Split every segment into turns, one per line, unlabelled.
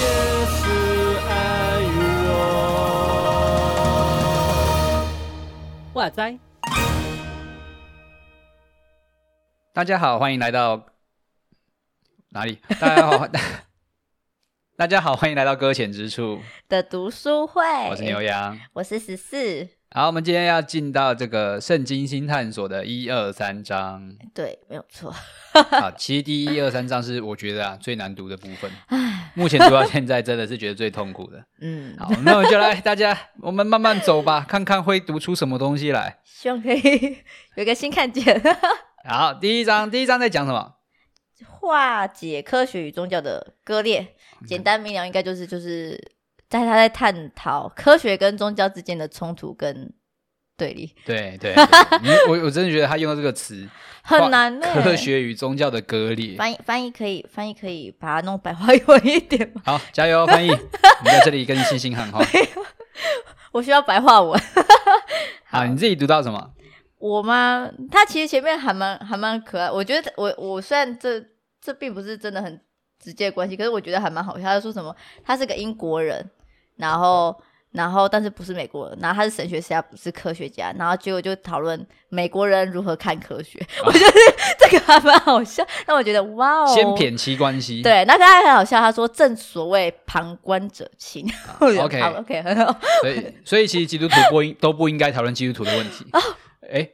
也是爱与我。
哇塞，
大家好，欢迎来到哪 里？大家好，大家好，欢迎来到搁浅之处，
的读书会，
我是牛羊。
我是十四，
好，我们今天要进到这个圣经新探索的一二三 章。
对，没有错。
好，其实第一二三章是我觉得啊最难读的部分，目前读到现在真的是觉得最痛苦的。
嗯，
好，那我们就来，大家我们慢慢走吧， 看看会读出什么东西来。
希望可以 有个新看见，
好，第一章，第一章在讲什么？
化解科学与宗教的割裂。
嗯
简单明了，应该就是就是在他在探讨科学跟宗教之间的冲突跟对立，
对对，对你我我真的觉得他用到这个词
很难欸呢、
化科学与宗教的割裂。
翻译翻译可以翻译可以把它弄白话 文一点吗？
好，加油，翻译，你在这里跟星星 喊话。
我需要白话文。
好，啊你自己读到什么？
我吗？他其实前面还蛮还蛮可爱，我觉得我我虽然这这并不是真的很直接的关系，可是我觉得还蛮好笑。他说什么？他是个英国人，然后然后但是不是美国人，然后他是神学家，不是科学家，然后结果就讨论美国人如何看科学。我觉得这个还蛮好笑，让我觉得哇哦，
啊先撇清关系。
对，那他很好笑，他说正所谓旁观者清。
啊 OK
好 OK 很好，
所以所以其实基督徒不应都不应该讨论基督徒的问
哦
题。哎，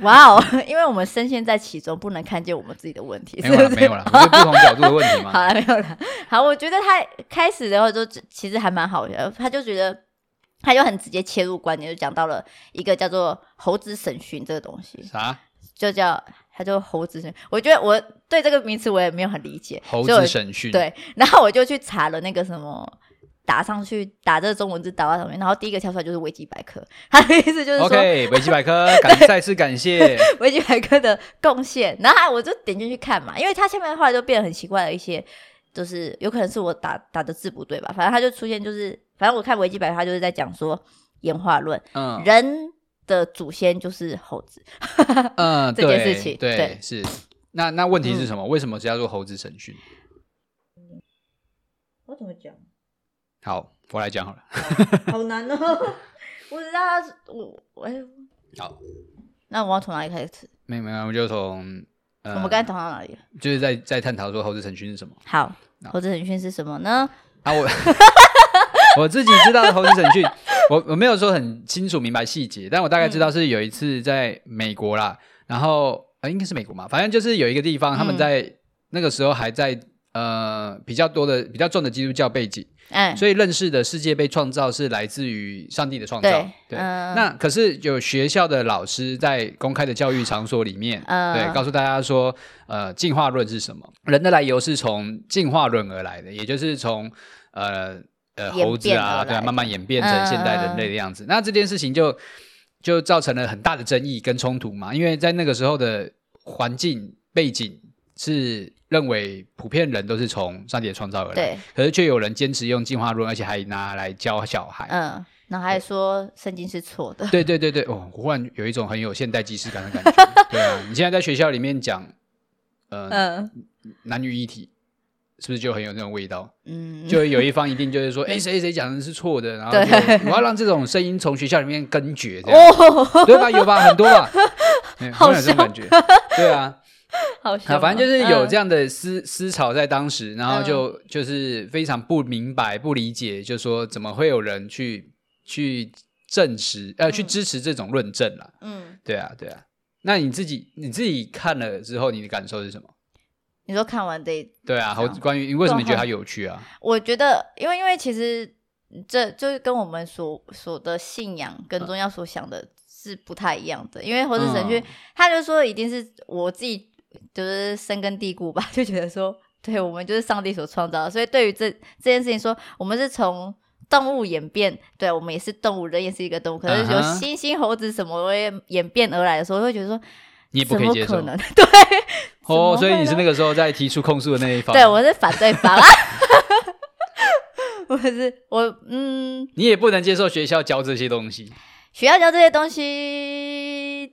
哇哦，因为我们深陷在其中，不能看见我们自己的问题，
没
是
有啦，
不
没
是
有？啦，不 是不同角度的问题
好
嘛。
了，没有了。好，我觉得他开始的话就其实还蛮好的，他就觉得他就很直接切入观点，就讲到了一个叫做猴子审讯这个东西，
啥？
就叫他就猴子审讯。我觉得我对这个名词我也没有很理解，
猴
所以我
子审讯。，
对，然后我就去查了那个什么。打上去打这个中文字打到上面，然后第一个跳出来就是维基百科，他的意思就是说
OK，维基百 科，感再次感谢。
维基百科的贡献，然后还我就点进去看嘛，因为它下面的话就变得很奇怪的一些，就是有可能是我打打的字不对吧，反正它就出现就是，反正我看维基百科它就是在讲说演化论，
嗯
人的祖先就是猴子，
嗯，
这件
对
事情
对
对嗯
是。那那问题是什么？为什么是要做猴子审讯？
我怎么讲？
好，我来讲好了。
好难哦，我只知道它是我我哎
好，
那我要从哪里开始？
没有没有，我们就从呃
我们刚才谈到哪里了？
就是在在探讨说猴子审讯是什么。
好，猴子审讯是什么呢？
啊，我 我自己知道的猴子审讯，我我没有说很清楚明白细节，但我大概
嗯
知道是有一次在美国啦，然后呃应该是美国嘛，反正就是有一个地方，他们
嗯
在、那个时候还在呃比较多的比较重的基督教背景，
哎，
所以认识的世界被创造是来自于上帝的创造。
对
对，
嗯
那可是有学校的老师在公开的教育场所里面，
嗯
对，告诉大家说，呃，进化论是什么？人的来由是从进化论而来的，也就是从呃呃
演
猴子
变而
啊，
来
对啊，
的嗯
慢慢演变成现代人类的样子。那这件事情就就造成了很大的争议跟冲突嘛，因为在那个时候的环境背景是认为普遍人都是从上帝的创造而来。
对，
可是却有人坚持用进化论，而且还拿来教小孩。
嗯，然后还说圣经是错 的，
对对对对，哦，忽然有一种很有现代既视感的 感觉。对啊，你现在在学校里面讲，呃，
嗯
男女一体，是不是就很有那种味道？
嗯，
就会有一方一定就是 说，哎，谁谁讲的是错的，然后
对
就我要让这种声音从学校里面根绝，这样
哦，
对吧？有吧？很多 吧？嗯
好
忽然有这种
笑
感觉，对啊。
好
啊，
笑，
反正就是有
嗯
这样的思、思潮在当时，然后就、就是非常不明白、不理解，就说怎么会有人去去证实呃去
嗯
支持这种论证啦？
嗯，
对啊，对啊。那你自己你自己看了之后，你的感受是什么？
你说看完这一，
对啊，猴
这样
关于你为什么你觉得
对
它
啊
有趣啊？
我觉得，因为因为其实这就是跟我们所所的信仰跟宗教所想的是不太一样的。因为猴子神
嗯
去，他就说一定是我自己就是深根蒂固吧，就 觉得说，对我们就是上帝所创造的，所以对于这这件事情说，我们是从。动物演变，对我们也是动物，人也是一个动物。可是有
嗯哼
猩猩、猴子什么演演变而来的时候，会觉得说，
你也不
怎
可以
么
接
可
受
能？ 对，怎
哦
么，
所以
会
你是
呢
那个时候在提出控诉的那一方。
对，我是反对方啊。 我是我，嗯，嗯
你也不能接受学校教这些东西。
学校教这些东西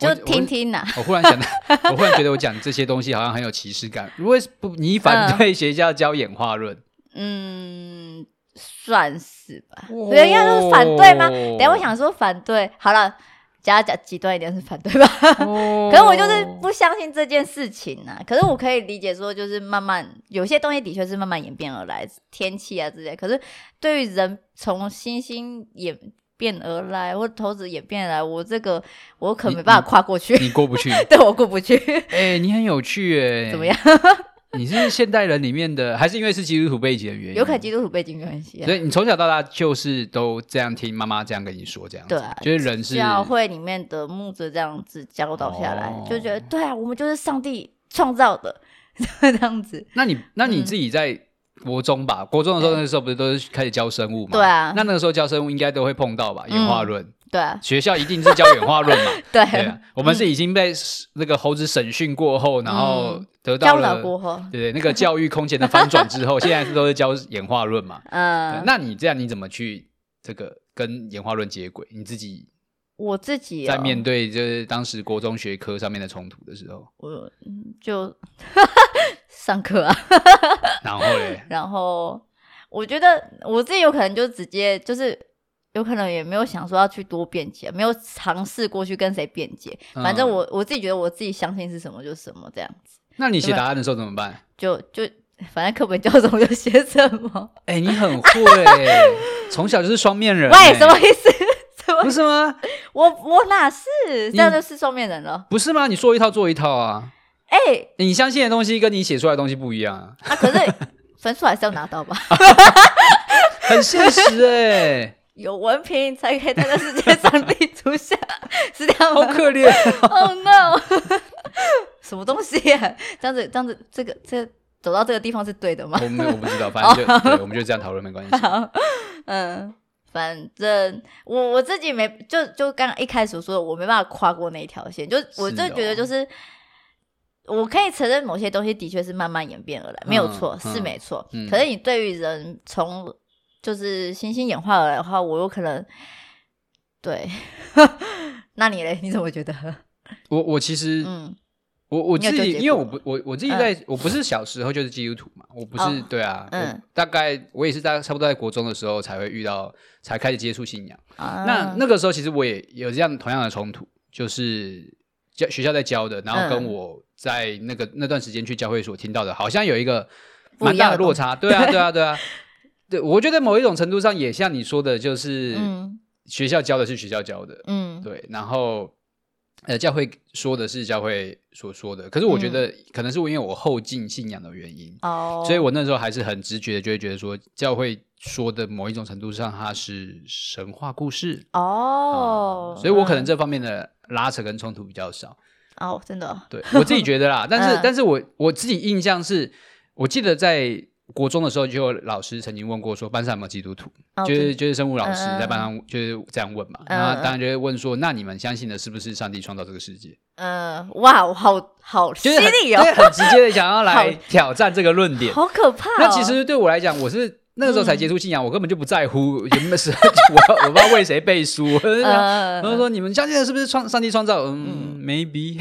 我
就听听呐、
我忽然 想到，我忽然觉得我讲这些东西好像很有歧视感。如果是不，你反对学校教演化论？
嗯，算是吧。
哦
对，应该说是反对吗？等一下我想说反对，好了，讲讲极端一点是反对吧。
哦，
可是我就是不相信这件事情啊。可是我可以理解说，就是慢慢有些东西的确是慢慢演变而来，天气啊之类。可是对于人从星星演变而来，或投资演变而来，我这个我可
你
没办
你
法跨过去，
你过不去。
对我过不去。
哎、你很有趣哎、
怎么样？
你是现代人里面的，还是因为是基督徒背景的原因？
有可能基督徒背景关系、啊
所。以你从小到大就是都这样听妈妈这样跟你说，这样子
对啊
就是人是
教会里面的牧者这样子教导下来，
哦
就觉得对啊，我们就是上帝创造的 这样子。
那你那你
嗯
自己在国中吧，国中的时候那时候不是都是开始教生物嘛？
对啊嗯
那那个时候教生物应该都会碰到吧？演化论，
对啊，
学校一定是教演化论 嘛？
对
对啊，我们是已经被那个猴子审讯过后，然后得到
嗯教
了
导过后，
对那个教育空前的翻转 之后，现在是都是教演化论嘛？对
嗯，
那你这样你怎么去这个跟演化论接轨？你自己
我自己、哦、
在面对就是当时国中学科上面的冲突的时 候，
我嗯就 上课啊，
然后嘞，
然后我觉得我自己有可能就直接就是。有可能也没有想说要去多辩解，没有尝试过去跟谁辩解。
嗯
反正我我自己觉得我自己相信是什么就是什么，这样子
那你写答案的时候怎么 办？
就就反正课本教什么就写什么。
哎、你很会、欸， 从小就是双面人、欸。
喂，什么？意思？ 什么
不？是吗？
我我哪是？这样就是双面人了。
不是吗？你说一套做一套啊！
哎、
你相信的东西跟你写出来的东西不一样啊，
啊，可是 分数还是要拿到吧？
很现实哎、
有文凭才可以在这世界上立足下，是这样
好
吗
可 怜。
？Oh no！什么东西、啊？这样子，这样子，这个这走到这个地方是对的吗？
我们我不知道，反 正就对，我们就这样讨论没关系。
好， 嗯，反正我我自己没就就刚刚一开始说的，我没办法跨过那一条线，就是我
是
就觉
哦
得就是。我可以承认某些东西的确是慢慢演变而来，没有错，
嗯
是没错。
嗯
可是你对于人从就是星星演化而来的话，我有可能对。 那你嘞？你怎么觉得？
我我其实、
嗯，
我我
你有
自己，
纠结过嗯
因为我不我我自己在、我不是小时候就是基督徒嘛，我不是、
哦
对啊，
嗯
我大概我也是大概差不多在国中的时候才会遇到，才开始接触信仰。那
啊
那个时候其实我也有这样同样的冲突，就是教学校在教的，然后跟
嗯
我在那个那段时间去教会所听到的，好像有一个
不
蛮
一
大
样
的
的
落
东
差。对啊， 对啊，对啊。对，我觉得某一种程度上也像你说的，就是
嗯
学校教的是学校教的，
嗯
对，然后呃，教会说的是教会所说的，可是我觉得可能是因为我后进信仰的原因，
嗯哦，
所以我那时候还是很直觉的就会觉得说，教会说的某一种程度上它是神话故事
哦
啊，所以我可能
嗯
这方面的拉扯跟冲突比较少。
哦真的哦
对我自己觉得 啦，但是、
嗯
但是我我自己印象是，我记得在国中的时候就有老师曾经问过说班上有没有基督徒，
哦
就
真
是就是生物老师
嗯嗯
在班上就是这样问嘛，
嗯
然后当然就会问说，那你们相信的是不是上帝创造这个世界？
嗯，哇，好好犀
就是很
利哦
就，是很直接的想要来
好
挑战这个论点，
好可怕、哦。嗯
那其实对我来讲，我是那个时候才接触信仰，我根本就不在乎原本是 我我不知道为谁背书，我就想然
呃，
后说你们相信的是不是创上帝创造？嗯，maybe，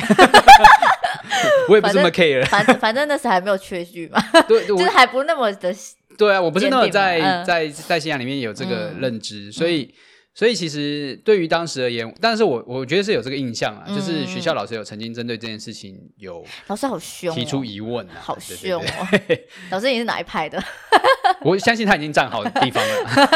我也不是那么
反
care，
嗯反正反正那时还没有确据嘛，
对对
就是
我
还不那么的
对啊，我不是那么
坚定嘛
在
嗯
在在信仰里面有这个
嗯
认知，所以。所以其实对于当时而言，但是我我觉得是有这个印象啊，就是学校老师有曾经针对这件事情有
老嗯师好凶、哦，
提出疑问啊，
好
对对
凶
对
哦。 老师你是哪一派的？
我相信他已经站好地方了。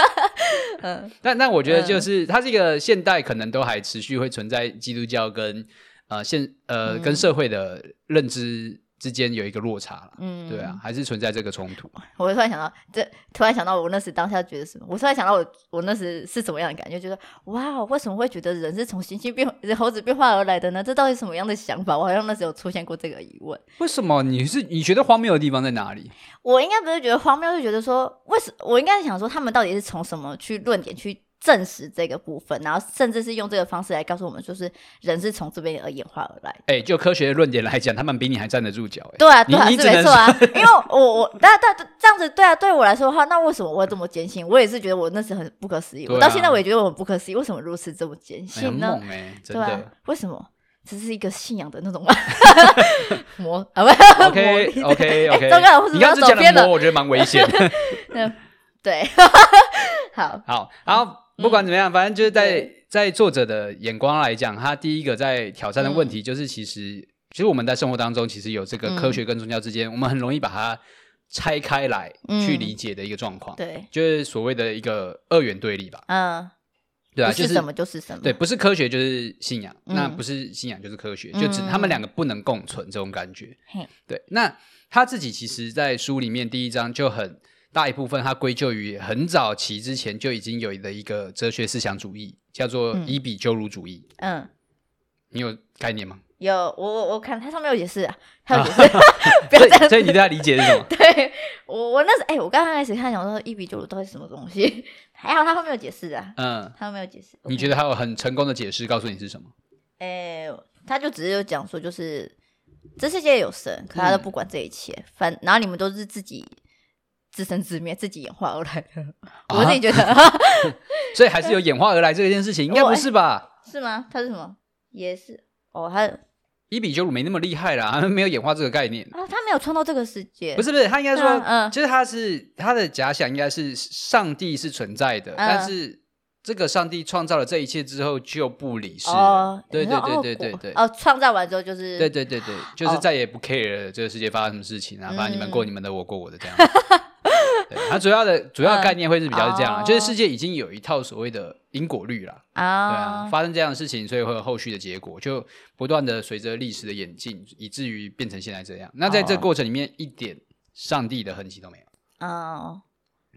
嗯
但但我觉得就是它是一个现代可能都还持续会存在基督教跟呃现
嗯
呃跟社会的认知之间有一个落差啦。
嗯，
对啊，还是存在这个冲突。
我突然想到，这突然想到我那时当下觉得什么？我突然想到我我那时是什么样的感觉？觉得哇，哦为什么会觉得人是从猩猩变猴子变化而来的呢？这到底什么样的想法？我好像那时有出现过这个疑问。
为什么你是你觉得荒谬的地方在哪里？
我应该不是觉得荒谬，是觉得说为什我应该是想说他们到底是从什么去论点去证实这个部分，然后甚至是用这个方式来告诉我们，就是人是从这边而演化而来的。
哎、就科学的论点来讲，他们比你还站得住脚、哎，
对啊，
你
对啊，
你
是
只
没
能
错啊。因为我我那那这样子，对啊，对我来说的话，那为什么我会这么坚信？我也是觉得我那时很不可思议，
对啊
我到现在我也觉得我很不可思议，为什么如此这么
哎
坚
很
信呢？
猛哎、真
对
的。
啊，为什么？这是一个信仰的那种 吗？魔啊不
OK
魔力
OK
哎
OK，
糟糕，我
你
怎
刚
么要
才
走
讲
偏
的
了
魔，？我觉得蛮危险。
对， 好，
好，然后
嗯
不管怎么样，反正就是在在作者的眼光来讲，他第一个在挑战的问题就是，其实、其实我们在生活当中，其实有这个
嗯
科学跟宗教之间，我们很容易把它拆开来
嗯
去理解的一个状况，
对，
就是所谓的一个二元对立吧，
嗯，
对啊，
不
就是
什么就是什么，
对，不是科学就是信仰，
嗯
那不是信仰就是科学，就只
嗯
他们两个不能共存这种感觉。
嘿
对，那他自己其实，在书里面第一章就很大一部分，他归咎于很早期之前就已经有的一个哲学思想主义，叫做
嗯
伊比鸠鲁主义。
嗯，
你有概念吗？
有我我我看它上面有解释啊，它有
啊
解释， 不要这样
所以
子？
所以你对他理解是什么
对我我那时哎、我刚刚开始看想说一比九五到底是什么东西， 还好他后面有解释啊，
嗯，
他后面有解释。
你觉
得？
得他有很成功的解释告诉你是什么？
哎、他就只是有讲说，就是这世界有神，可
嗯
他都不管这一切，反然后你们都是自己自生自灭，自己演化而来 的。我自己觉得、
啊所以还是有演化而来这件事情，应该不是吧？
是吗？他是什么？也是哦，他
伊比鸠鲁没那么厉害啦，没有演化这个概念。
啊，他没有创造这个世界，
不
是？
是不是，他应该说，
嗯嗯
就是他是他的假想应该是上帝是存在
嗯
的，但是这个上帝创造了这一切之后就不理事了
哦，
对
你
对
说
对
哦
对对
果
对。
哦，创造完之后就是
对对对对，就是
哦
再也不 care 这个世界发生什么事情啊，反正你们
嗯
过你们的，我过我的这 样。对，它主要的主要的概念会是比较是这样啊，
嗯
就是世界已经有一套所谓的因果律啦，对啊
啊，，
发生这样的事情，所以会有后续的结果，就不断的随着历史的演进，以至于变成现在这样。那在这
哦
过程里面，一点上帝的痕迹都没有。
哦，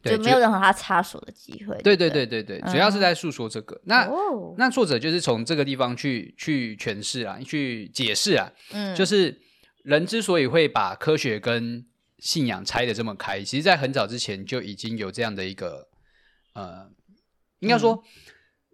对，
就没有任何他插手的机会。
对
对
对
不
对对对，主要是在诉说这个。那
哦，
那作者就是从这个地方去去诠释啊，去解释啊，
嗯，
就是人之所以会把科学跟信仰拆得这么开，其实在很早之前就已经有这样的一个呃，应该说、
嗯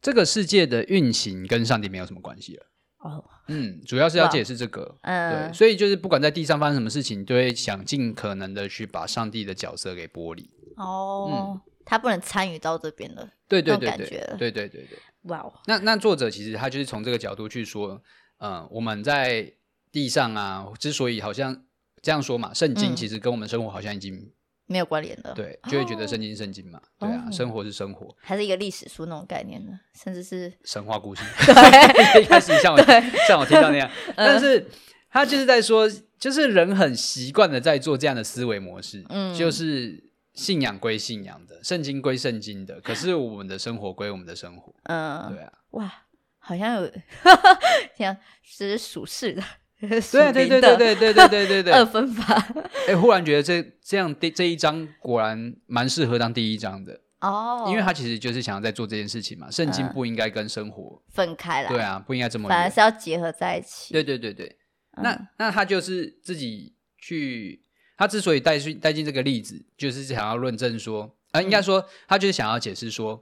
这个世界的运行跟上帝没有什么关系了。
哦，
嗯，主要是要
哇
解释这个。对，
嗯，
所以就是不管在地上发生什么事情，都会想尽可能的去把上帝的角色给剥离。
哦，他不能参与到这边了。
对对
那种
对
感
对，
觉
对对对对。
哇哦，
那那作者其实他就是从这个角度去说，嗯、我们在地上啊，之所以好像这样说嘛，圣经
嗯
其实跟我们生活好像已经、
没有关联了。，
对，就会觉得
哦
圣经是圣经嘛，对啊，
哦
生活是生活，
还是一个历史书那种概念呢，甚至是
神话故事，一开始像我像我听到那样，但是他就是在说，就是人很习惯的在做这样的思维模式，
嗯
就是信仰归信仰的，圣经归圣经的，可是我们的生活归我们的生活，对
嗯，
啊，
哇，好像有 像是属实的，
对啊，对对对对对对对对对，
二分法。
哎、忽然觉得这这样第这一章果然蛮适合当第一章的，
哦，
因为他其实就是想要在做这件事情嘛。圣经
嗯
不应该跟生活，
分开来，
对，啊，不应该这么
反而
远。
是要结合在一起。
对对对对，
嗯，
那那他就是自己去，他之所以带去带进这个例子，就是想要论证说，啊、应该说他就是想要解释说，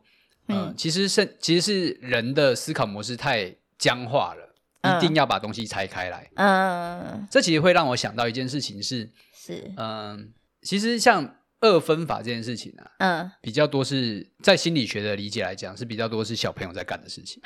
嗯，
嗯
其实圣其实是人的思考模式太僵化了，
嗯
一定要把东西拆开来。
嗯，
这其实会让我想到一件事情是，
是，
嗯，其实像二分法这件事情啊，
嗯，
比较多是在心理学的理解来讲，是比较多是小朋友在干的事 情，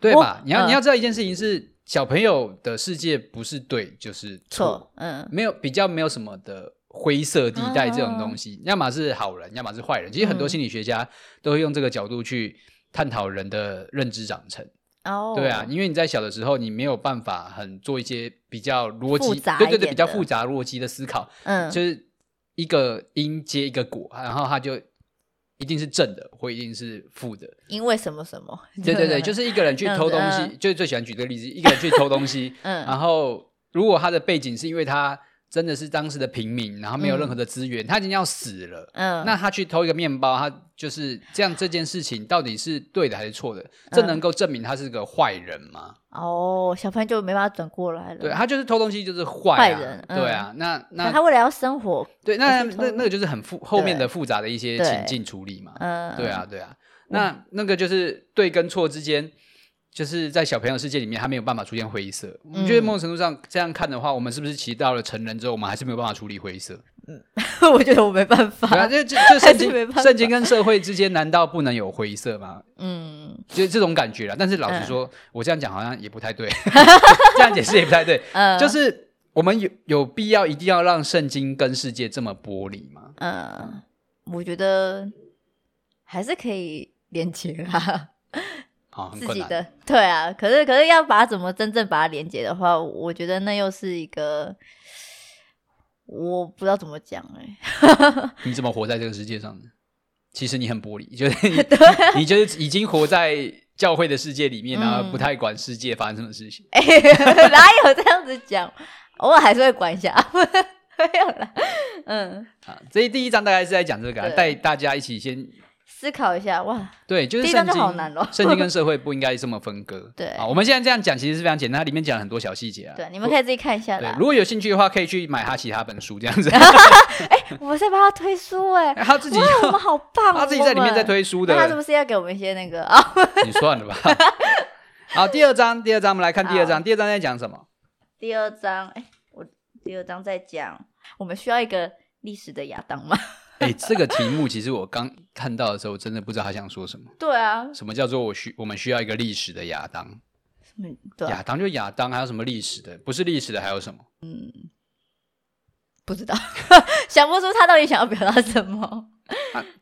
对吧？
哦
你要、
嗯
你要知道一件事情是，小朋友的世界不是对就是错，
错，嗯，
没有比较没有什么的灰色地带这种东西，要么是好人，要么是坏人。其实很多
啊嗯
心理学家都会用这个角度去探讨人的认知长成。
哦，
对啊，因为你在小的时候，你没有办法很做一些比较逻
复
辑，
杂
对对
一
对，
点
比较
的
复杂逻辑的思考，
嗯，
就是一个因接一个果，然后它就一定是正的，或一定是负的。
因为什么什么，
对对对， 就是一个人去
这样
偷
子
东西，
嗯
啊就是最喜欢举这个例子，一个人去偷东西，
嗯
然后如果他的背景是因为他真的是当时的平民，然后没有任何的资源，他已经要死了。
嗯，
那他去偷一个面包，他就是这样，这件事情到底是对的还是
嗯
错的？这能够证明他是个坏人吗？
哦，小朋友就没办法转过来了。
对他就是偷东西就是坏、啊、
嗯坏人嗯
对啊，那
那
那
他为了要生活，
对那
可是偷
那那个就是很复后面的复杂的一些
对
情境处理嘛，
嗯，
对啊，对啊，那那个就是对跟错之间，就是在小朋友世界里面，他没有办法出现灰色。我
嗯
觉得某种程度上这样看的话，我们是不是其实到了成人之后，我们还是没有办法处理灰 色？
我觉得我没办法。
对啊，这这这圣
还是没办
经
法
圣经跟社会之间难道不能有灰色吗？
嗯，
就是这种感觉啦。但是老实说，我这样讲好像也不 太对，这样解释也不太对。
嗯
就是我们有有必要一定要让圣经跟世界这么剥离吗？
嗯，我觉得还是可以连接啦，
啊， 很
自
困
己
难。
的对啊。可是可是要把它怎么真正把它连接的话，我觉得那又是一个我不知道怎么讲哎、
你怎么活在这个世界上呢？其实你很玻璃，就是你 你就是已经活在教会的世界里面，然后
嗯
不太管世界发生什么事情。
欸， 哪有这样子讲？偶尔还是会管一下， 没有啦。嗯，
啊，这一第一章大概是在讲这个、啊，
对
带大家一起先
思考一下，哇，
对，就是
第一章
圣
就
经
好难哦
圣经跟社会不应该这么分割。
对
啊，我们现在这样讲其实是非常简单，它里面讲了很多小细节啊。
对，你们可以自己看一下
对
啦，
如。果有兴趣的话，可以去买他其他本书这 样子。
我们在帮他推书哎、
他自己
哇，我们好棒哦！
他自己在里面
我们
在推书
那他是
的，
不是要给我们一些那个啊？
你算了吧。好，第二章，第二章我们来看第二章，第二章在讲什么？
第二章，哎、我第二章在讲，我们需要一个历史的亚当吗？
哎、这个题目其实我刚看到的时候，我真的不知道他想说什么。
对啊，
什么叫做我需我们需要一个历史的亚当？
嗯，对啊
亚当就亚当，还有什么历史的？不是历史的还有什么？
不知道， 想不出他到底想要表达什么。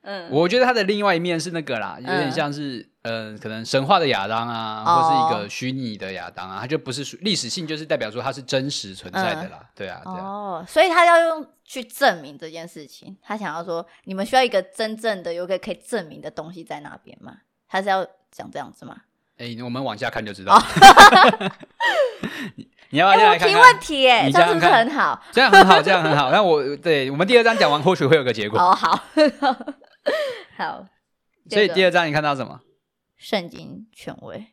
嗯，
我觉得他的另外一面是那个啦，有点
嗯
像是呃，可能神话的亚当啊，
哦
或是一个虚拟的亚当啊，它就不是属历史性，就是代表说它是真实存在的啦。对 啊，对啊。
嗯哦，所以他要用去证明这件事情，他想要说，你们需要一个真正的有一个可以证明的东西在那边吗？他是要讲这样子吗？
哎、我们往下看就知道。 你你要不
哦哎、
要先来
我
看
提
看？
问题耶、
你
这样是不是
想想看
很好？
这样很好，这样很好。那我对我们第二章讲完，或许会有个结果。
哦，好， 好，
所以第
二
二章你看到什么？
圣经权威。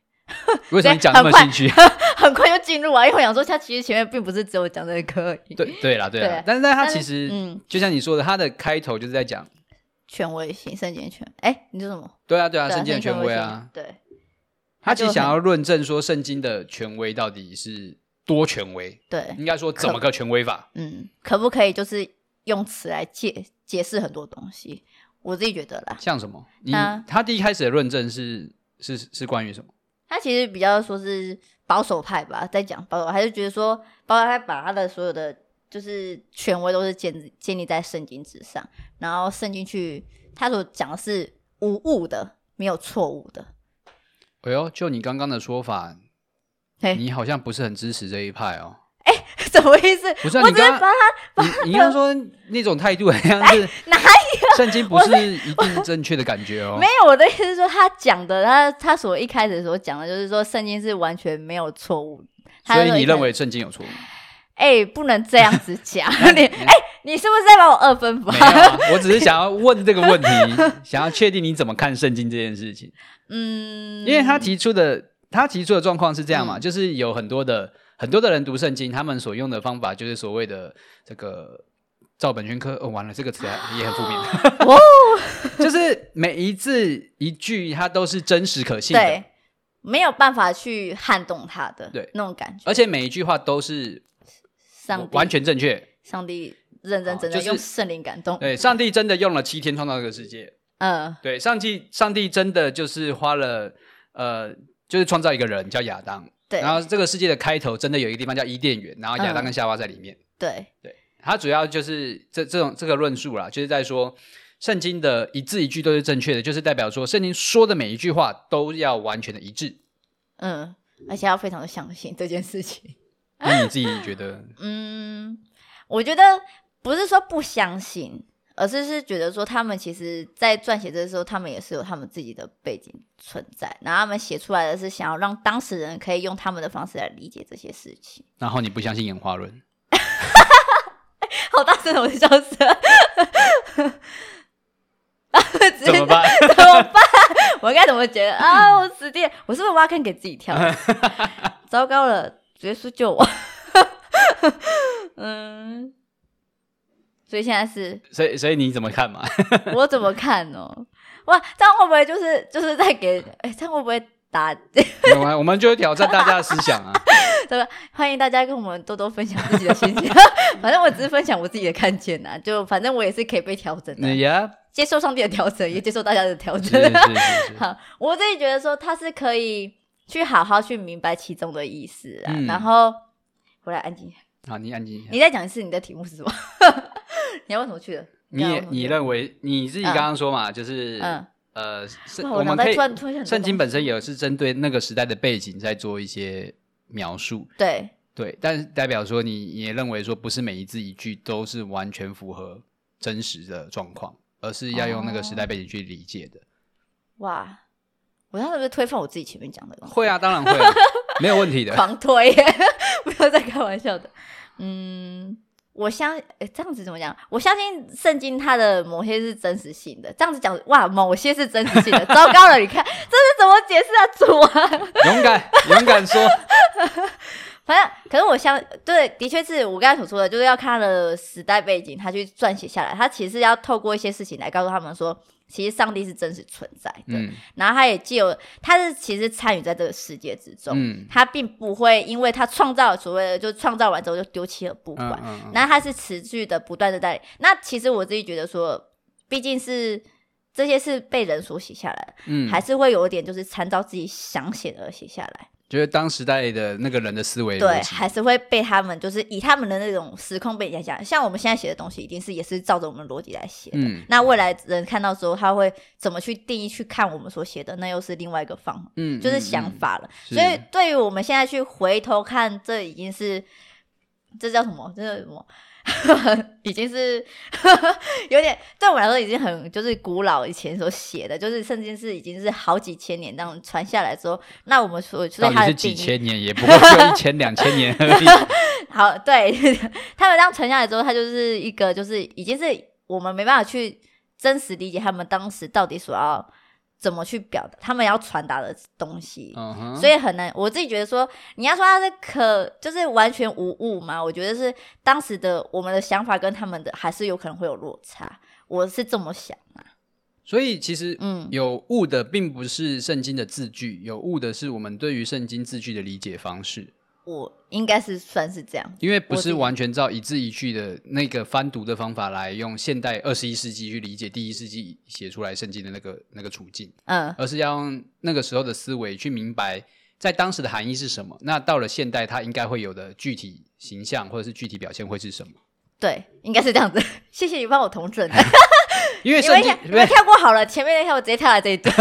为什么你讲那么
很快
兴 趣？
很快就进入啊，因为我想说，他其实前面并不是只有讲这个而已。
对对啦，对啦
对，
但是但是它
但是
其实，
嗯
就像你说的，它的开头就是在讲，
权威性、圣洁权，哎、你说什么？
对啊，对啊，
对啊
圣经的权威啊
性，对，
它
它
其实
就很
想要论证说圣经的权威到底是多权威，
对，
应该说怎么个权威法？
嗯，可不可以就是用词来解解释很多东西？我自己觉得啦，
像什么？你
啊
他第一开始的论证是是是关于什么？
他其实比较说是保守派吧，在讲保守，还是觉得说保守派把他的所有的就是权威都是建建立在圣经之上，然后圣经去他所讲的是无误的，没有错误的。
哎呦，就你刚刚的说法，
嘿，
你好像不是很支持这一派 哦。
什么意思？
不是啊
我
你
只是
刚
把它
你你刚刚说那种态度，好像 是
哎哪
圣经不是一定正确的感觉哦
没。有，我的意思是说，他讲的，他他所一开始所讲的，就是说圣经是完全没有错误。他
所以
说
你
一开
认为圣经有错误？
哎、不能这样子 讲，你 哎、你是不是在把我二分法
没？有啊，我只是想要问这个问 题，想要确定你怎么看圣经这件事情。
嗯，
因为他提出的他提出的状况是这样嘛，就是有很多的很多的人读圣经，他们所用的方法就是所谓的这个照本宣科。哦，完了，这个词还也很负面。
哦，
就是每一字一句，它都是真实可信的
对，，没有办法去撼动他的，
对
那种感觉。
而且每一句话都是
上帝
完全正确。
上帝认真真
哦就
的
是
用圣灵感动，
对，上帝真的用了七天创造这个世界。
嗯
对，上帝上帝真的就是花了呃，就是创造一个人叫亚当。
对
然后这个世界的开头真的有一个地方叫伊甸园，然后亚当跟夏娃在里面。
对，
它主要就是这这种这个论述啦，就是在说圣经的一字一句都是正确的，就是代表说圣经说的每一句话都要完全的一致。
嗯，而且要非常的相信这件事情。
那你自己觉得？
嗯，我觉得不是说不相信，而是是觉得说他们其实，在撰写的时候，他们也是有他们自己的背景存在，然后他们写出来的是想要让当事人可以用他们的方式来理解这些事情。
然后你不相信演化论？
好大声，我就笑死了。 直接
怎么办？
怎么办？我该怎么觉得啊？我死定了！我是不是挖坑给自己跳？糟糕了，耶稣救我！ 嗯，所以现在是
所以所以你怎么看嘛？
我怎么看哦？ 哇，这样会不会就是就是在给？哎，这样会不会打？
我们我们就会挑战大家的思想啊。
对吧？欢迎大家跟我们多多分享自己的心情。 反正我只是分享我自己的看见呐、就反正我也是可以被调整的，啊
呀，
接受上帝的调整，也接受大家的调
是
整
嗯是。是是，
好，我自己觉得说他是可以去好好去明白其中的意思啊。
嗯
然后回来安静，
好，你安静一下。
你再讲一次你的题目是什么？ 你要问什么去了？
你
要
也
问什么
你
去了
认为你自己刚刚说嘛，就是
嗯
呃，是
哇
我
我脑
们
袋
可以
突然突然想到
圣经本
东
身
西
也是针对那个时代的背景在做一些描述，
对
对，但是代表说你你也认为说不是每一字一句都是完全符合真实的状况，而是要用那个时代背景去理解的。
哇，我刚才是不是推翻我自己前面讲的东西？
会啊，当然会 啊，没有问题的。
哦狂推 耶，不要再开玩笑的。嗯，我相诶这样子怎么讲？我相信圣经它的某些是真实性的，这样子讲哇，某些是真实性 的。糟糕了，你看这是怎么解释啊，主啊？
勇敢，勇敢 说，
反正，可是我相对的确是我刚才所说的，就是要看他的时代背景，他去撰写下来，他其实是要透过一些事情来告诉他们说，其实上帝是真实存在的。
嗯
然后他也借由他是其实参与在这个世界之中，
嗯
他并不会因为他创造所谓的就创造完之后就丢弃了不管，
嗯嗯嗯，
那它是持续的不断的在。那其实我自己觉得说，毕竟是这些是被人所写下来的，
嗯
还是会有一点就是参照自己想写的而写下来，
就是当时代的那个人的思维
对
逻，辑，
还是会被他们就是以他们的那种时空背景来讲，像我们现在写的东西，一定是也是照着我们的逻辑来写的。
嗯
那未来人看到之后，他会怎么去定义、去看我们所写的，那又是另外一个方
嗯，
就是
嗯
想，
嗯
法了。
是
所以对于我们现在去回头看，这已经是这叫什么？这叫什么？ 已经是 有点对我来说已经很就是古老以前所写的，就是甚至是已经是好几千年这样传下来之后，那我们所所
到
以它
底
的
是
定
几
义
千年，也不过就一千两千 年而已。
好，对 他们这样传下来之后，它就是一个就是已经是我们没办法去真实理解他们当时到底所要怎么去表达，他们要传达的东西。
嗯哼，
所以很难。我自己觉得说，你要说它是可就是完全无误嘛，我觉得是当时的我们的想法跟他们的还是有可能会有落差。我是这么想，
所以其实，嗯
嗯，
有误的并不是圣经的字句，有误的是我们对于圣经字句的理解方式，
我应该是算是这样。
因为不
我自
是
己
完全照一字一句的那个翻读的方法来用现代二十一世纪去理解第一世纪写出来圣经的那个那个处境，
嗯
而是要用那个时候的思维去明白在当时的含义是什么。那到了现代，它应该会有的具体形象或者是具体表现会是什么？
对，应该是这样子。 谢谢你帮我 同整，
因为
你
圣
们
经
跳你们跳过好了，前面那条我直接跳来这一段。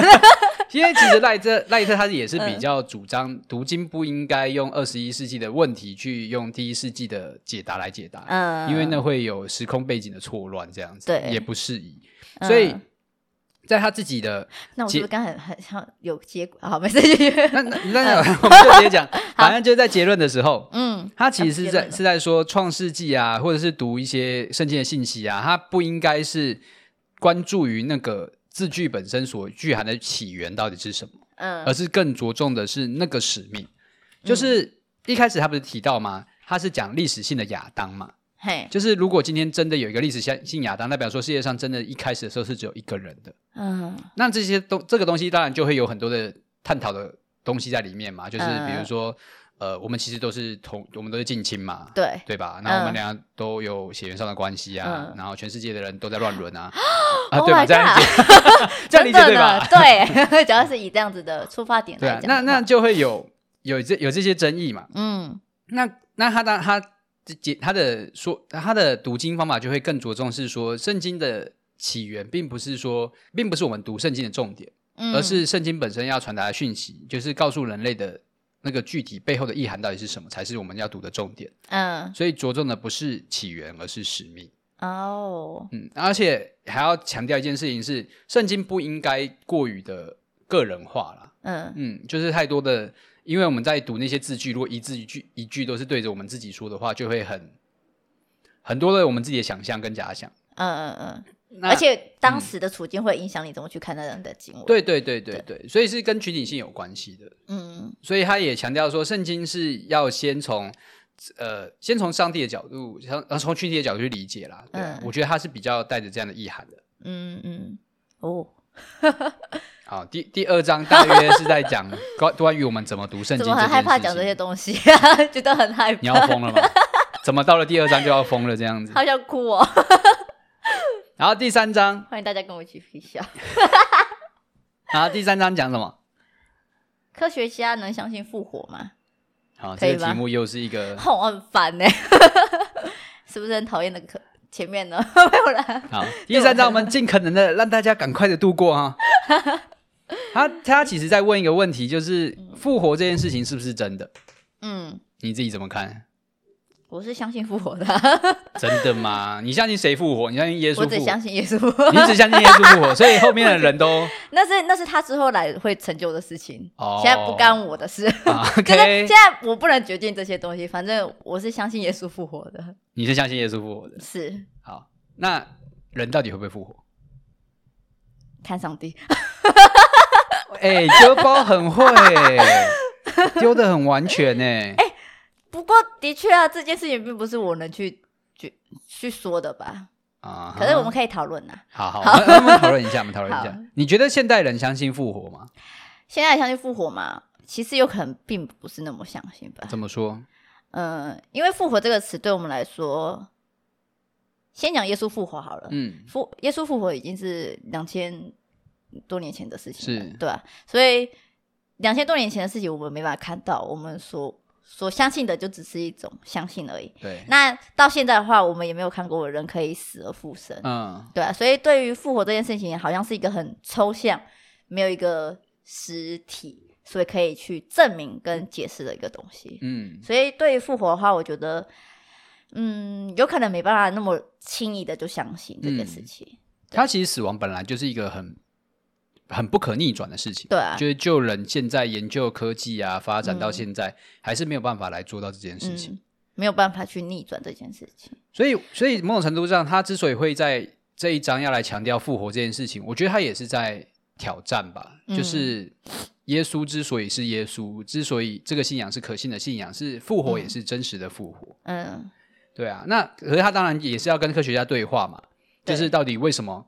因为其实赖特 赖特他也是比
嗯
较主张读经不应该用二十一世纪的问题去用第一世纪的解答来解答，
嗯，
因为那会有时空背景的错乱，这样子
对
也不适宜。
嗯
所以在他自己的
那我是不
结
是刚才很很像有结果？好，没事。 继续
那那那 我们就直接讲，反正就是在结论的时候，
嗯，
他其实是
结论
在
了
是在说《创世纪》啊，或者是读一些圣经的信息啊，他不应该是关注于那个字句本身所具含的起源到底是什么。而
嗯
是更着重的是那个使命。就是一开始他不是提到吗？他是讲历史性的亚当嘛，
嘿，
就是如果今天真的有一个历史性性亚当，代表说世界上真的一开始的时候是只有一个人的。
嗯
那这些东这个东西当然就会有很多的探讨的东西在里面嘛，就是
嗯
比如说，呃，我们其实都是同，我们都是近亲嘛。
对，
对吧？那我们
嗯
俩都有血缘上的关系啊，
嗯
然后全世界的人都在乱伦啊，啊
Oh
对吧？
my
这样理解， 这样理
真
解
的
对吧
呢？？对， 主要是以这样子的出发点
对
来
啊
讲，的话。
那那就会有有这有这些争议嘛。
嗯
那那他当他解他的说他的读经方法就会更着重是说圣经的起源，并不是说并不是我们读圣经的重点，
嗯，
而是圣经本身要传达的讯息，就是告诉人类的那个具体背后的意涵到底是什么，才是我们要读的重点。
嗯
所以着重的不是起源，而是使命。
哦
嗯，而且还要强调一件事情是，圣经不应该过于的个人化啦。
嗯
嗯，就是太多的，因为我们在读那些字句，如果一字一句一句都是对着我们自己说的话，就会很很多的我们自己的想象跟假想。
嗯嗯嗯，
那
而且当时的处境会影响你怎么去看那样的经文。，
对对对对对，所以是跟群体性有关系的。
嗯
所以他也强调说，圣经是要先从呃，先从上帝的角度，从呃从群体的角度去理解啦。对啊、
嗯
我觉得他是比较带着这样的意涵的。
嗯嗯，哦，
好，第第二章大约是在 讲关关于我们怎么读圣经
怎
这
么
件
很害怕
事
讲这
情
些东西啊？觉得很害
你要
怕，
疯了吗？ 怎么到了第二章就要疯了这样子？
好想哭哦！
然后第三章，
欢迎大家跟我一起分享。
然后第三章讲什 么？
科学家能相信复活吗？
好，
可以
这个
吧
题目又是一 个
哦我很烦呢、是不是很讨厌那个课前面呢？ 没有啦，
好，第三章我们尽可能的让大家赶快的度过 哈。他他其实在问一个问题，就是复活这件事情是不是真的？
嗯，
你自己怎么看？
我是相信复活的啊、
真的吗？你相信谁复活？你相信耶稣
我
复
只
活
相？信耶稣，
你只相信耶稣复活，所以后面的人都
那是那是他之后来会成就的事情，
哦
现在不干我的事。
啊
就是现
，OK，
在我不能决定这些东西，反正我是相信耶稣复活的，
你是相信耶稣复活的。
是
好，那人到底会不会 复活？
看上帝。
哎、丢包很会，丢的很完 全哎、
不过的确啊，这件事情并不是我能去去去说的吧？
啊哈
可是我们可以讨论啊呐。
好好，我们我们讨论一下，我们讨论一
好
下。你觉得现代人相信复活吗？
现在相信复活嘛，其实有可能并不是那么相信吧。
怎么说？
嗯，因为复活这个词对我们来说，先讲耶稣复活好了。
嗯，
复耶稣复活已经是两千多年前的事情了，
是
对吧、所以两千多年前的事情我们没办法看到，我们所所相信的就只是一种相信而已。
对，
那到现在的话，我们也没有看过有人可以死而复生，
嗯，
对啊，所以对于复活这件事情，好像是一个很抽象，没有一个实体，所以可以去证明跟解释的一个东西。
嗯，
所以对于复活的话，我觉得，嗯，有可能没办法那么轻易的就相信这
嗯
件事情。
他其实死亡本来就是一个很很不可逆转的事情。
对啊
就是就人现在研究科技啊，发展到现在，还是没有办法来做到这件事情。
嗯，没有办法去逆转这件事情。
所以，所以某种程度上，他之所以会在这一章要来强调复活这件事情，我觉得他也是在挑战吧。
嗯
就是耶稣之所以是耶稣，之所以这个信仰是可信的信仰，是复活也是真实的复活。
嗯
对啊，那可是他当然也是要跟科学家对话嘛，就
对
是到底为什么，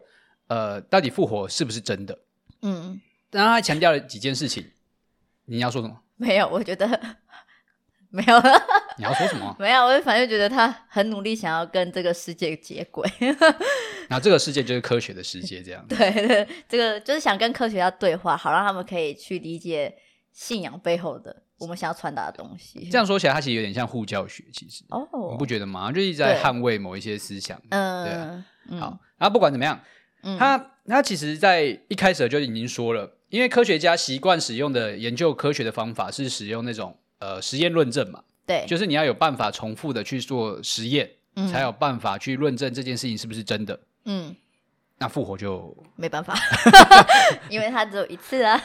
呃，到底复活是不是真的？
嗯，
然后他强调了几件事情，你要说什么？
没有，我觉得没有？
你要说什么
没有，我反正觉得他很努力想要跟这个世界接轨。
然后这个世界就是科学的世界，这样。
对对，这个就是想跟科学家对话，好让他们可以去理解信仰背后的我们想要传达的东西。
这样说起来，他其实有点像护教学，其实。
哦
你，不觉得吗？就一直在
对
捍卫某一些思想。对
嗯
啊，
嗯
好，然后不管怎么样，
嗯
他他其实，在一开始就已经说了，因为科学家习惯使用的研究科学的方法是使用那种呃实验论证嘛，
对，
就是你要有办法重复的去做实验，
嗯
才有办法去论证这件事情是不是真的。
嗯，
那复活就
没办法，因为他只有一次啊。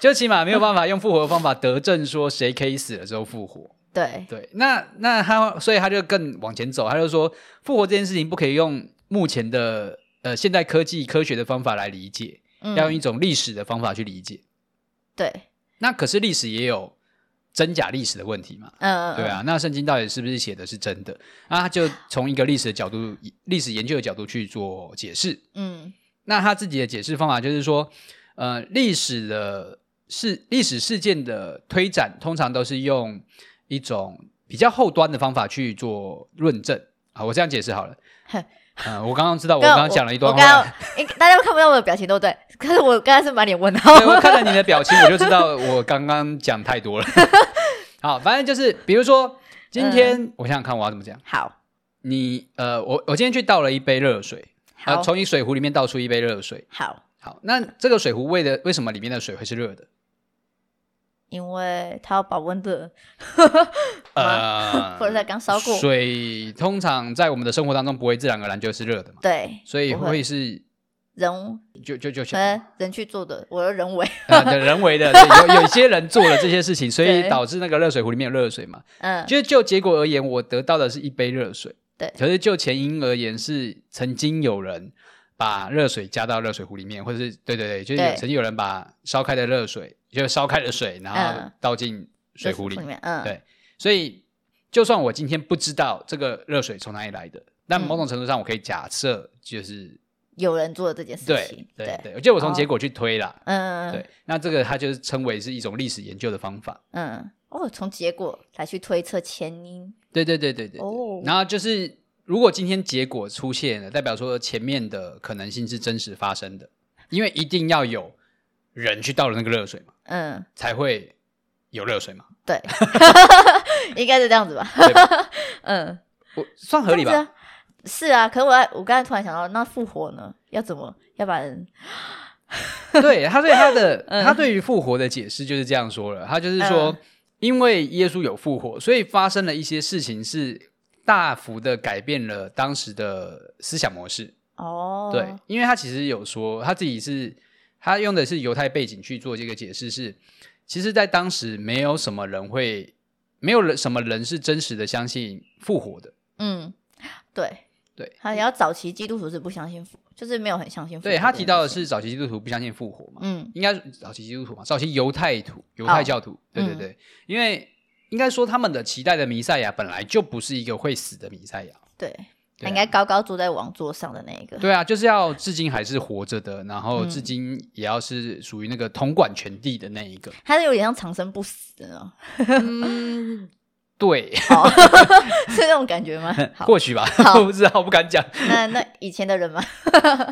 就起码没有办法用复活的方法得证说谁可以死了之后复活。
对，
对，那那他所以他就更往前走，他就说复活这件事情不可以用目前的呃现代科技科学的方法来理解，
嗯，
要用一种历史的方法去理解。
对，
那可是历史也有真假历史的问题嘛？
嗯，
对啊，那圣经到底是不是写的是真的？那他就从一个历史的角度、历史研究的角度去做解释。
嗯，
那他自己的解释方法就是说，呃，历史的事历史事件的推展，通常都是用一种比较后端的方法去做论证。好，我这样解释好 了
哼。
呃，我刚刚知道，我
嗯
刚刚讲了一段
我刚
话，
刚应大家看不到我的表情，对不对？ 可是我刚才是满脸问号。
对我看了你的表情，我就知道我刚刚讲太多了。好，反正就是，比如说今天，
嗯
我想想看我要怎么讲。
好，
你呃，我我今天去倒了一杯热水，
好
呃，，从你水壶里面倒出一杯热水。
好，
好，那这个水壶为的为什么里面的水会是热的？
因为他要保温的，
呃，
或者他刚烧过，
水通常在我们的生活当中不会自然而然就是热的嘛，
对，
所以
不会
会是
人
就就就
呃人去做的，我的人为，
呃的人为的，对有有些人做了这些事情，所以
对
导致那个热水壶里面有热水嘛。
嗯
就是就结果而言，我得到的是一杯热水，
对
可是就前因而言，是曾经有人把热水加到热水壶里面，或者是对对对，就是有
对
曾经有人把烧开的热水，就是烧开的水，然后
嗯
倒进水壶里。
里面，嗯，
对所以，就算我今天不知道这个热水从哪里来的，但
嗯
某种程度上，我可以假设就是
有人做了这件事
对
情，
对对，我觉得我从结果去推啦。
哦嗯，
对，那这个它就是称为是一种历史研究的方法。
嗯，哦，从结果来去推测前因，
对对对对对。对
哦
然后就是，如果今天结果出现了，代表说前面的可能性是真实发生的，因为一定要有人去倒了那个热水嘛，
嗯，
才会有热水嘛，
对，应该是这样子吧，
对吧？
嗯，
我算合理
这样
吧？
子啊？是啊，可我在我刚才突然想到，那复活呢？要怎么？要把人
对，他对他的、
嗯
他对于复活的解释就是这样说了，他就是说，
嗯
因为耶稣有复活，所以发生了一些事情是大幅的改变了当时的思想模式。
哦，
对，因为他其实有说他自己是，他用的是犹太背景去做这个解释是，其实，在当时没有什么人会，没有人什么人是真实的相信复活的。
嗯，对
对，
还要早期基督徒是不相信复，就是没有很相信复活这
对
件事情。
他提到的是早期基督徒不相信复活嘛，
嗯，
应该是早期基督徒嘛，早期犹太徒、犹太教徒，对对
嗯
对，因为应该说他们的期待的弥赛亚本来就不是一个会死的弥赛亚。
对，
对
他
啊
应该高高坐在王座上的那一个。
对啊，就是要至今还是活着的，然后
嗯
至今也要是属于那个统管全地的那一个。
他是有点像长生不死的 那种，
对，
哦 是那种感 觉吗？好，
或许吧，
好
我不知道，我不敢讲。
那那以前的人吗？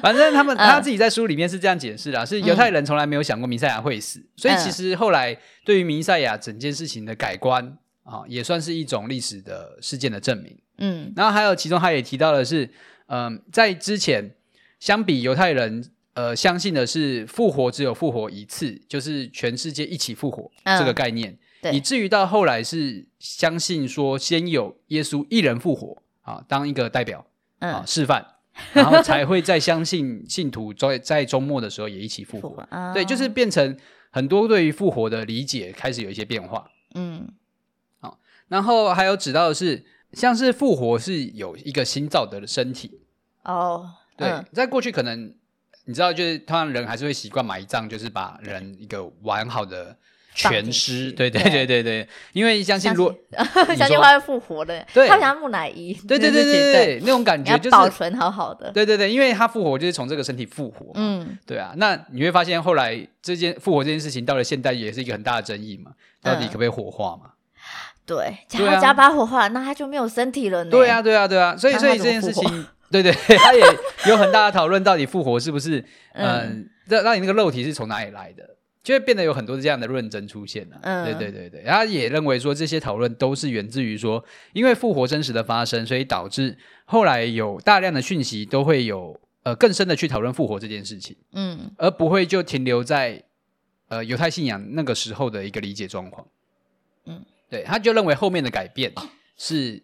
反正他们
嗯
他自己在书里面是这样解释啦，是犹太人从来没有想过弥赛亚会死，所以其
嗯
实后来对于弥赛亚整件事情的改观啊，也算是一种历史的事件的证明。
嗯
然后还有其中他也提到的是，嗯、在之前相比犹太人。呃，相信的是复活只有复活一次，就是全世界一起复活、
嗯
这个概念，
对
以至于到后来是相信说先有耶稣一人复活啊，当一个代表，啊
嗯，
示范， 然后才会再相信信徒在在周末的时候也一起复活。
啊
对，就是变成很多对于复活的理解开始有一些变化。
嗯
然后还有指到的是，像是复活是有一个新造的身体，
哦，
对，
嗯
在过去可能你知道，就是通常人还是会习惯埋葬，就是把人一个完好的全
放进
尸，
去
对对
对
对对对，因为相信
相
如果
信 相信
说
他会复活的，
对
他想要木乃伊，
对对对对对对，那种感
你
觉
要
就
保
是。
存好好的，
对对对，因为他复活就是从这个身体复活嘛，
嗯
对啊，那你会发现后来这件复活这件事情到了现代也是一个很大的争议嘛，到底可不可以火化嘛？
对，假
对啊
如加巴火化，那他就没有身体了呢，
对啊，，对啊，对啊，所以
那
所以
欸他
这
怎么
件事
复活
情，对 对，他也有很大的讨论，到底复活是不是嗯
嗯，
让、让你那个肉体是从哪里来的？就会变得有很多这样的论争出现了、啊
嗯
对对对对，他也认为说这些讨论都是源自于说，因为复活真实的发生，所以导致后来有大量的讯息都会有呃更深的去讨论复活这件事情。
嗯
而不会就停留在呃犹太信仰那个时候的一个理解状况。嗯
嗯，
对，他就认为后面的改变是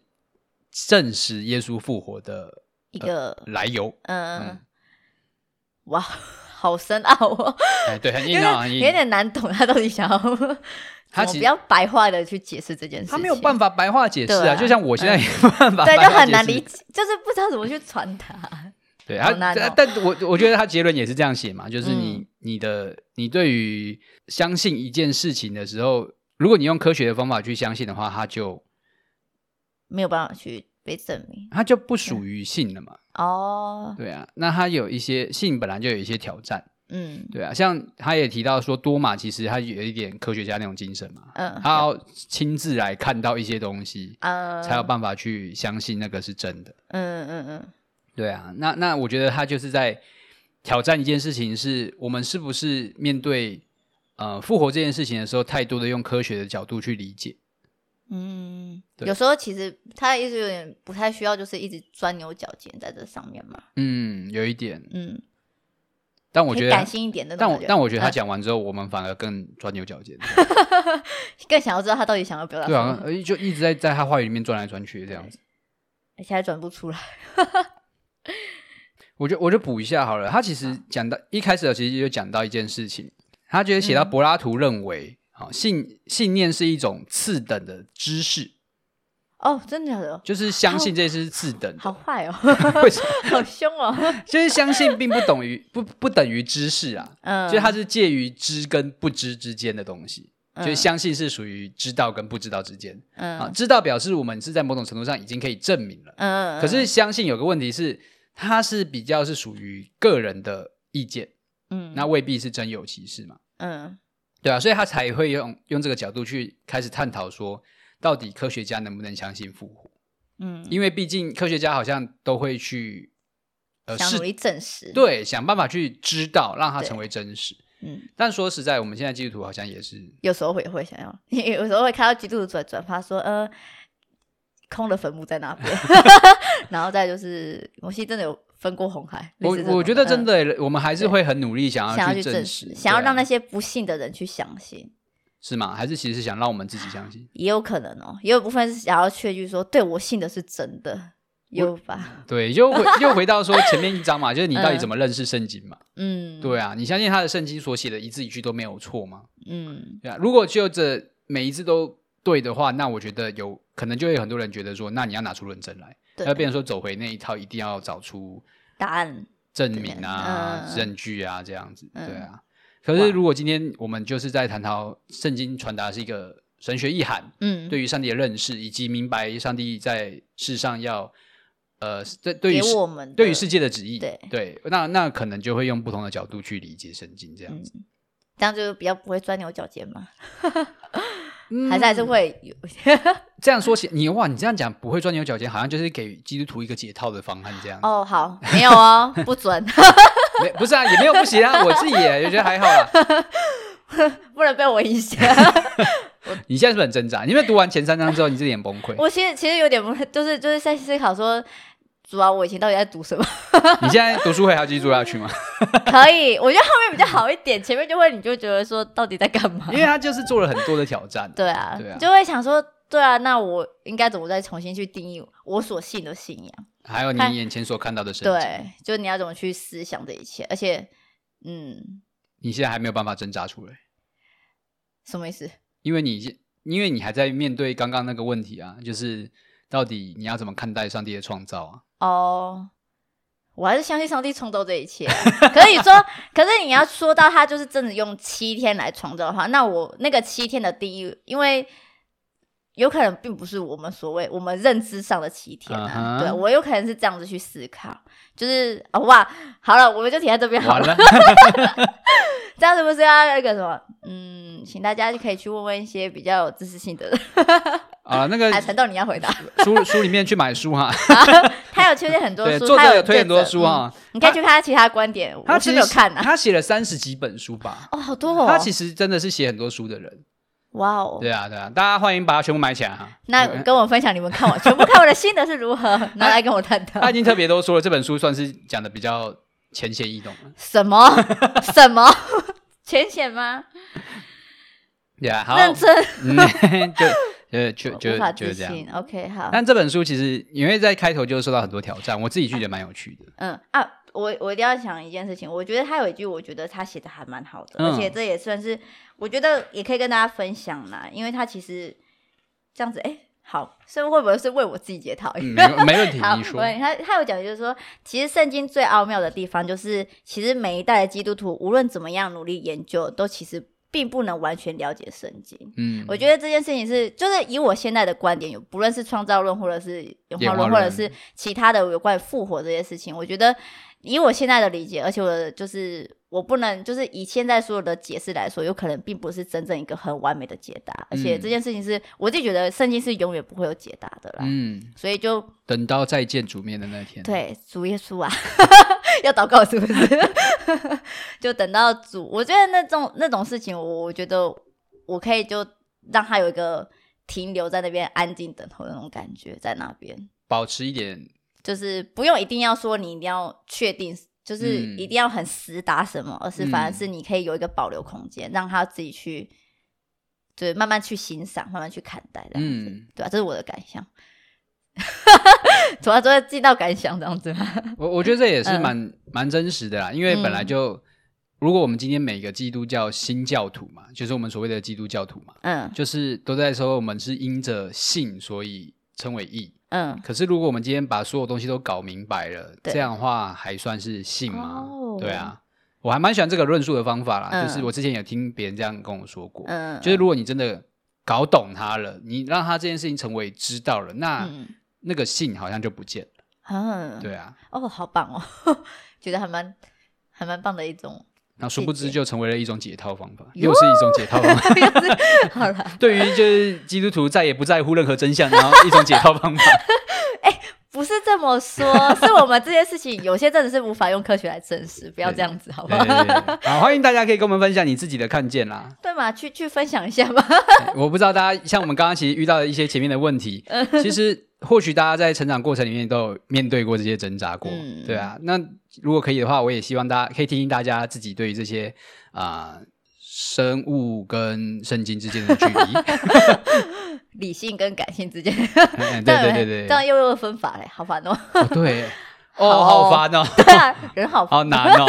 证实耶稣复活的
一个
来由。嗯
嗯，哇，好深奥哦，
哎，对，很
就
硬
是
啊，很硬
有。点难懂，他到底想要
他
怎么
其
不
实
要白话的去解释这件事情，
他没有办法白话解释
对
啊，
啊嗯
就像我现在也没办法，
对，就很难理。解， 就是不知道怎么去传达。
对，
好
他
难
但
哦
但我我觉得他结论也是这样写嘛，就是你
嗯
你的你对于相信一件事情的时候，如果你用科学的方法去相信的话，它就
没有办法去被证明
它就不属于信了嘛。
哦。
对啊，那他有一些性本来就有一些挑战，
嗯
对啊，像他也提到说多玛其实他有一点科学家那种精神嘛，
嗯
他要亲自来看到一些东西，
啊，
才有办法去相信那个是真的。
嗯嗯嗯
对啊，那那我觉得他就是在挑战一件事情是，我们是不是面对呃复活这件事情的时候，太多的用科学的角度去理解。
嗯嗯，
对
有时候其实他的意思有点不太需要，就是一直钻牛角尖在这上面嘛。
嗯，有一点，
嗯，
但我
可以
觉得
感
他，
性一点的，
但我但我觉得他
嗯
讲完之后，我们反而更钻牛角尖。
更想要知道他到底想要表达
对
什
啊，
么，
呃就一直在在他话语里面转来转去这样子。
而且还转不出来。
我就我就补一下好了，他其实讲到一开始的其实就讲到一件事情，他觉得写到
嗯
柏哦拉图认为，啊、信信念是一种次等的知识，
哦，真的假的？
就是相信这些是自等
哦好
的，
坏哦，
为什么？
好凶哦。
就是相信并不等于不不等于知识啊，
嗯，
就是它是介于知跟不知之间的东西。
嗯
就是相信是属于知道跟不知道之间
嗯
啊，知道表示我们是在某种程度上已经可以证明了，
嗯，嗯
可是相信有个问题是，它是比较是属于个人的意见，
嗯
那未必是真有其事嘛，
嗯
对啊，所以他才会用用这个角度去开始探讨说，到底科学家能不能相信复活？
嗯，
因为毕竟科学家好像都会去呃
想努
是
力证实，，
对想办法去知道，让它
对
成为真实。
嗯，
但说实在，我们现在基督徒好像也是
有时候会会想要，有时候会看到基督徒转转发说，呃，空的坟墓在哪边， 然后再就是摩西真的有分过红海，类
我
似这
我
种
觉得真
嗯
的、我们还是会很努力想
想要
去
去
证
证
实，
想要
对啊
让那些不信的人去相信，
是吗？还是其实是想让我们自己相信？
也有可能哦，也有部分是想要确据说，对我信的是真的，有吧？
对，又回又回到说前面一章嘛，就是你到底
嗯
怎么认识圣经嘛？
嗯，
对，啊，你相信他的圣经所写的一字一句都没有错吗？
嗯
对啊，如果就这每一次都对的话，那我觉得有可能就会有很多人觉得说，那你要拿出论证来，
对
要变成说走回那一套，一定要找出
答案，
证明啊、
嗯嗯嗯
证据啊这样子，
嗯
对啊。可是如果今天我们就是在探讨圣经传达是一个神学意涵，
嗯，
对于上帝的认识，以及明白上帝在世上要呃对对于
给
世
我们的
对于世界的旨意，
对
那那可能就会用不同的角度去理解圣经这样子，
嗯这样就比较不会钻牛角尖嘛，
嗯
还是还是会有，
这样说起你哇，你这样讲不会钻牛角尖，好像就是给基督徒一个解套的方案这样子。
哦，好，没有哦，不准，
没不是啊，也没有不行啊，我自己也觉得还好啊啦。
不能被我影响。
你现在是不是很挣扎？因为读完前三章之后，你自己很崩溃。
我其实其实有点不，就是就是在思考说，主啊，我以前到底在读什么？
你现在读书会还要继续做下去吗？
可以，我觉得后面比较好一点，前面就会你就觉得说到底在干嘛
因？为他就是做了很多的挑战。
对啊，
对啊
就会想说，对啊，那我应该怎么再重新去定义我所信的信仰？
还有你
看
眼前所看到的圣经，
对，就你要怎么去思想这一切，而且，嗯，
你现在还没有办法挣扎出来，
什么意思？
因为你因为你还在面对刚刚那个问题啊，就是到底你要怎么看待上帝的创 造啊？
哦、我还是相信上帝创造这一切啊、 可以说，可是你要说到他就是真的用七天来创造的话，那我那个七天的定义，因为有可能并不是我们所谓我们认知上的七天啊
嗯哼
对我有可能是这样子去思考，就是、哦、哇，好了，我们就停在这边好
完
了，
了，
这样是不是要那个什么？嗯，请大家就可以去问问一些比较有知识性的 人。
啊，那个
哎，陈豆，你要回答，
书书里面去买书哈，
他有推荐很多
对，
书，
作
他
者
有
有推很多
见
书
证，
啊。
嗯你可以去看他其他观点，
他
我
其
是
实
没有看啊。
他写了三十几本书吧。
哦，好多哦！
他其实真的是写很多书的人，
哇哦，
对啊，对啊，大家欢迎把它全部买起来哈。啊
那跟我分享你们看我全部看我的心得是如何，拿来跟我探 讨
他已。经特别都说了，这本书算是讲的比较浅显易懂了。
什 么什么 浅显吗？
对啊，好，
认真，
嗯 就就 就
无
就
法
就
置
这样。
信。OK，好，啊
但这本书其实因为在开头就受到很多挑战，我自己觉得蛮有趣的。
嗯啊，我我一定要讲一件事情，我觉得他有一句，我觉得他写的还蛮好的，
嗯
而且这也算是我觉得也可以跟大家分享啦，因为他其实这样子，哎、好，所以会不会是为我自己解套？
嗯没有没问题，
好，
你说
对他他有讲，就是说，其实圣经最奥妙的地方，就是其实每一代的基督徒，无论怎么样努力研究，都其实并不能完全了解圣经。
嗯，
我觉得这件事情是，就是以我现在的观点，有不论是创造论，或者是演化
演化
论，
论
或者是其他的有关于复活这些事情，我觉得以我现在的理解，而且我的就是我不能，就是以现在所有的解释来说，有可能并不是真正一个很完美的解答，而且
嗯
这件事情是我自己觉得圣经是永远不会有解答的啦，
嗯，
所以就
等到再见主面的那天，，
对，主耶稣啊， 要祷告是不是？ 就等到主，我觉得那种那种事情，我我觉得我可以就让他有一个停留在那边安静等候的那种感觉，在那边
保持一点，
就是不用一定要说你一定要确定，就是
嗯
一定要很实打什么，而是反而
嗯
是你可以有一个保留空间，让他自己去，对，慢慢去欣赏，慢慢去看待这样子，
嗯，
对吧、这是我的感想。 主要都会进到感想这样子吗？
我我觉得这也是
嗯
蛮、蛮真实的啦，因为本来就，如果我们今天每个基督教新教徒嘛，就是我们所谓的基督教徒嘛，
嗯，
就是都在说我们是因着信所以称为义。
嗯，
可是如果我们今天把所有东西都搞明白了，
对
这样的话还算是信吗？
哦
对啊，我还蛮喜欢这个论述的方法啦，
嗯
就是我之前也听别人这样跟我说过，
嗯，
就是如果你真的搞懂它了，你让它这件事情成为知道了，那、
嗯
那个信好像就不见了。
嗯，
啊对啊，
哦，好棒哦， 觉得还蛮还蛮棒的一 种，
那殊不知
谢谢
就成为了一种解套方法，又是一种解套方 法。
好啦，
对于就是基督徒再也不在乎任何真相，然 后一种解套方法。
不是这么说，是我们这件事情有些真的是无法用科学来证实，不要这样子，好不
对对？
好
对对好，欢迎大家可以跟我们分享你自己的看见 啦。
对嘛，去去分享一下吧。
对我不知道大家像我们刚刚其实遇到的一些前面的问题，其实或许大家在成长过程里面都有面对过这些挣扎过，
嗯
对啊。那如果可以的话，我也希望大家可以听听大家自己对于这些啊、生物跟圣经之间的距离。
理性跟感性之间，
嗯
这
对
样有
对
点
对
这样
对，
又有分法嘞，好 烦哦。
哦对，哦，
好
好烦哦。
对啊，人 好
好难哦！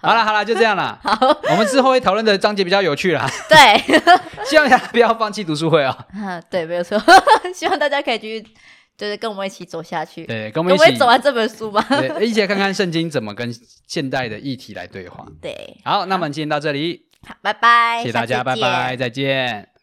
好啦好啦，就这样 啦。我们之后会讨论的章节比较有趣啦，
对，
希望大家不要放弃读书会哦。
啊，对，没有错。 希望大家可以继续，就是跟我们一起走下去，
对，跟我们
跟我
一
们
起
走啊完这本书吧。
对，一起来看看圣经怎么跟现代的议题来对话。
对，
好，那我们今天到这里，
好，拜拜，
谢谢大家，
哎下次
拜
见
拜，再见。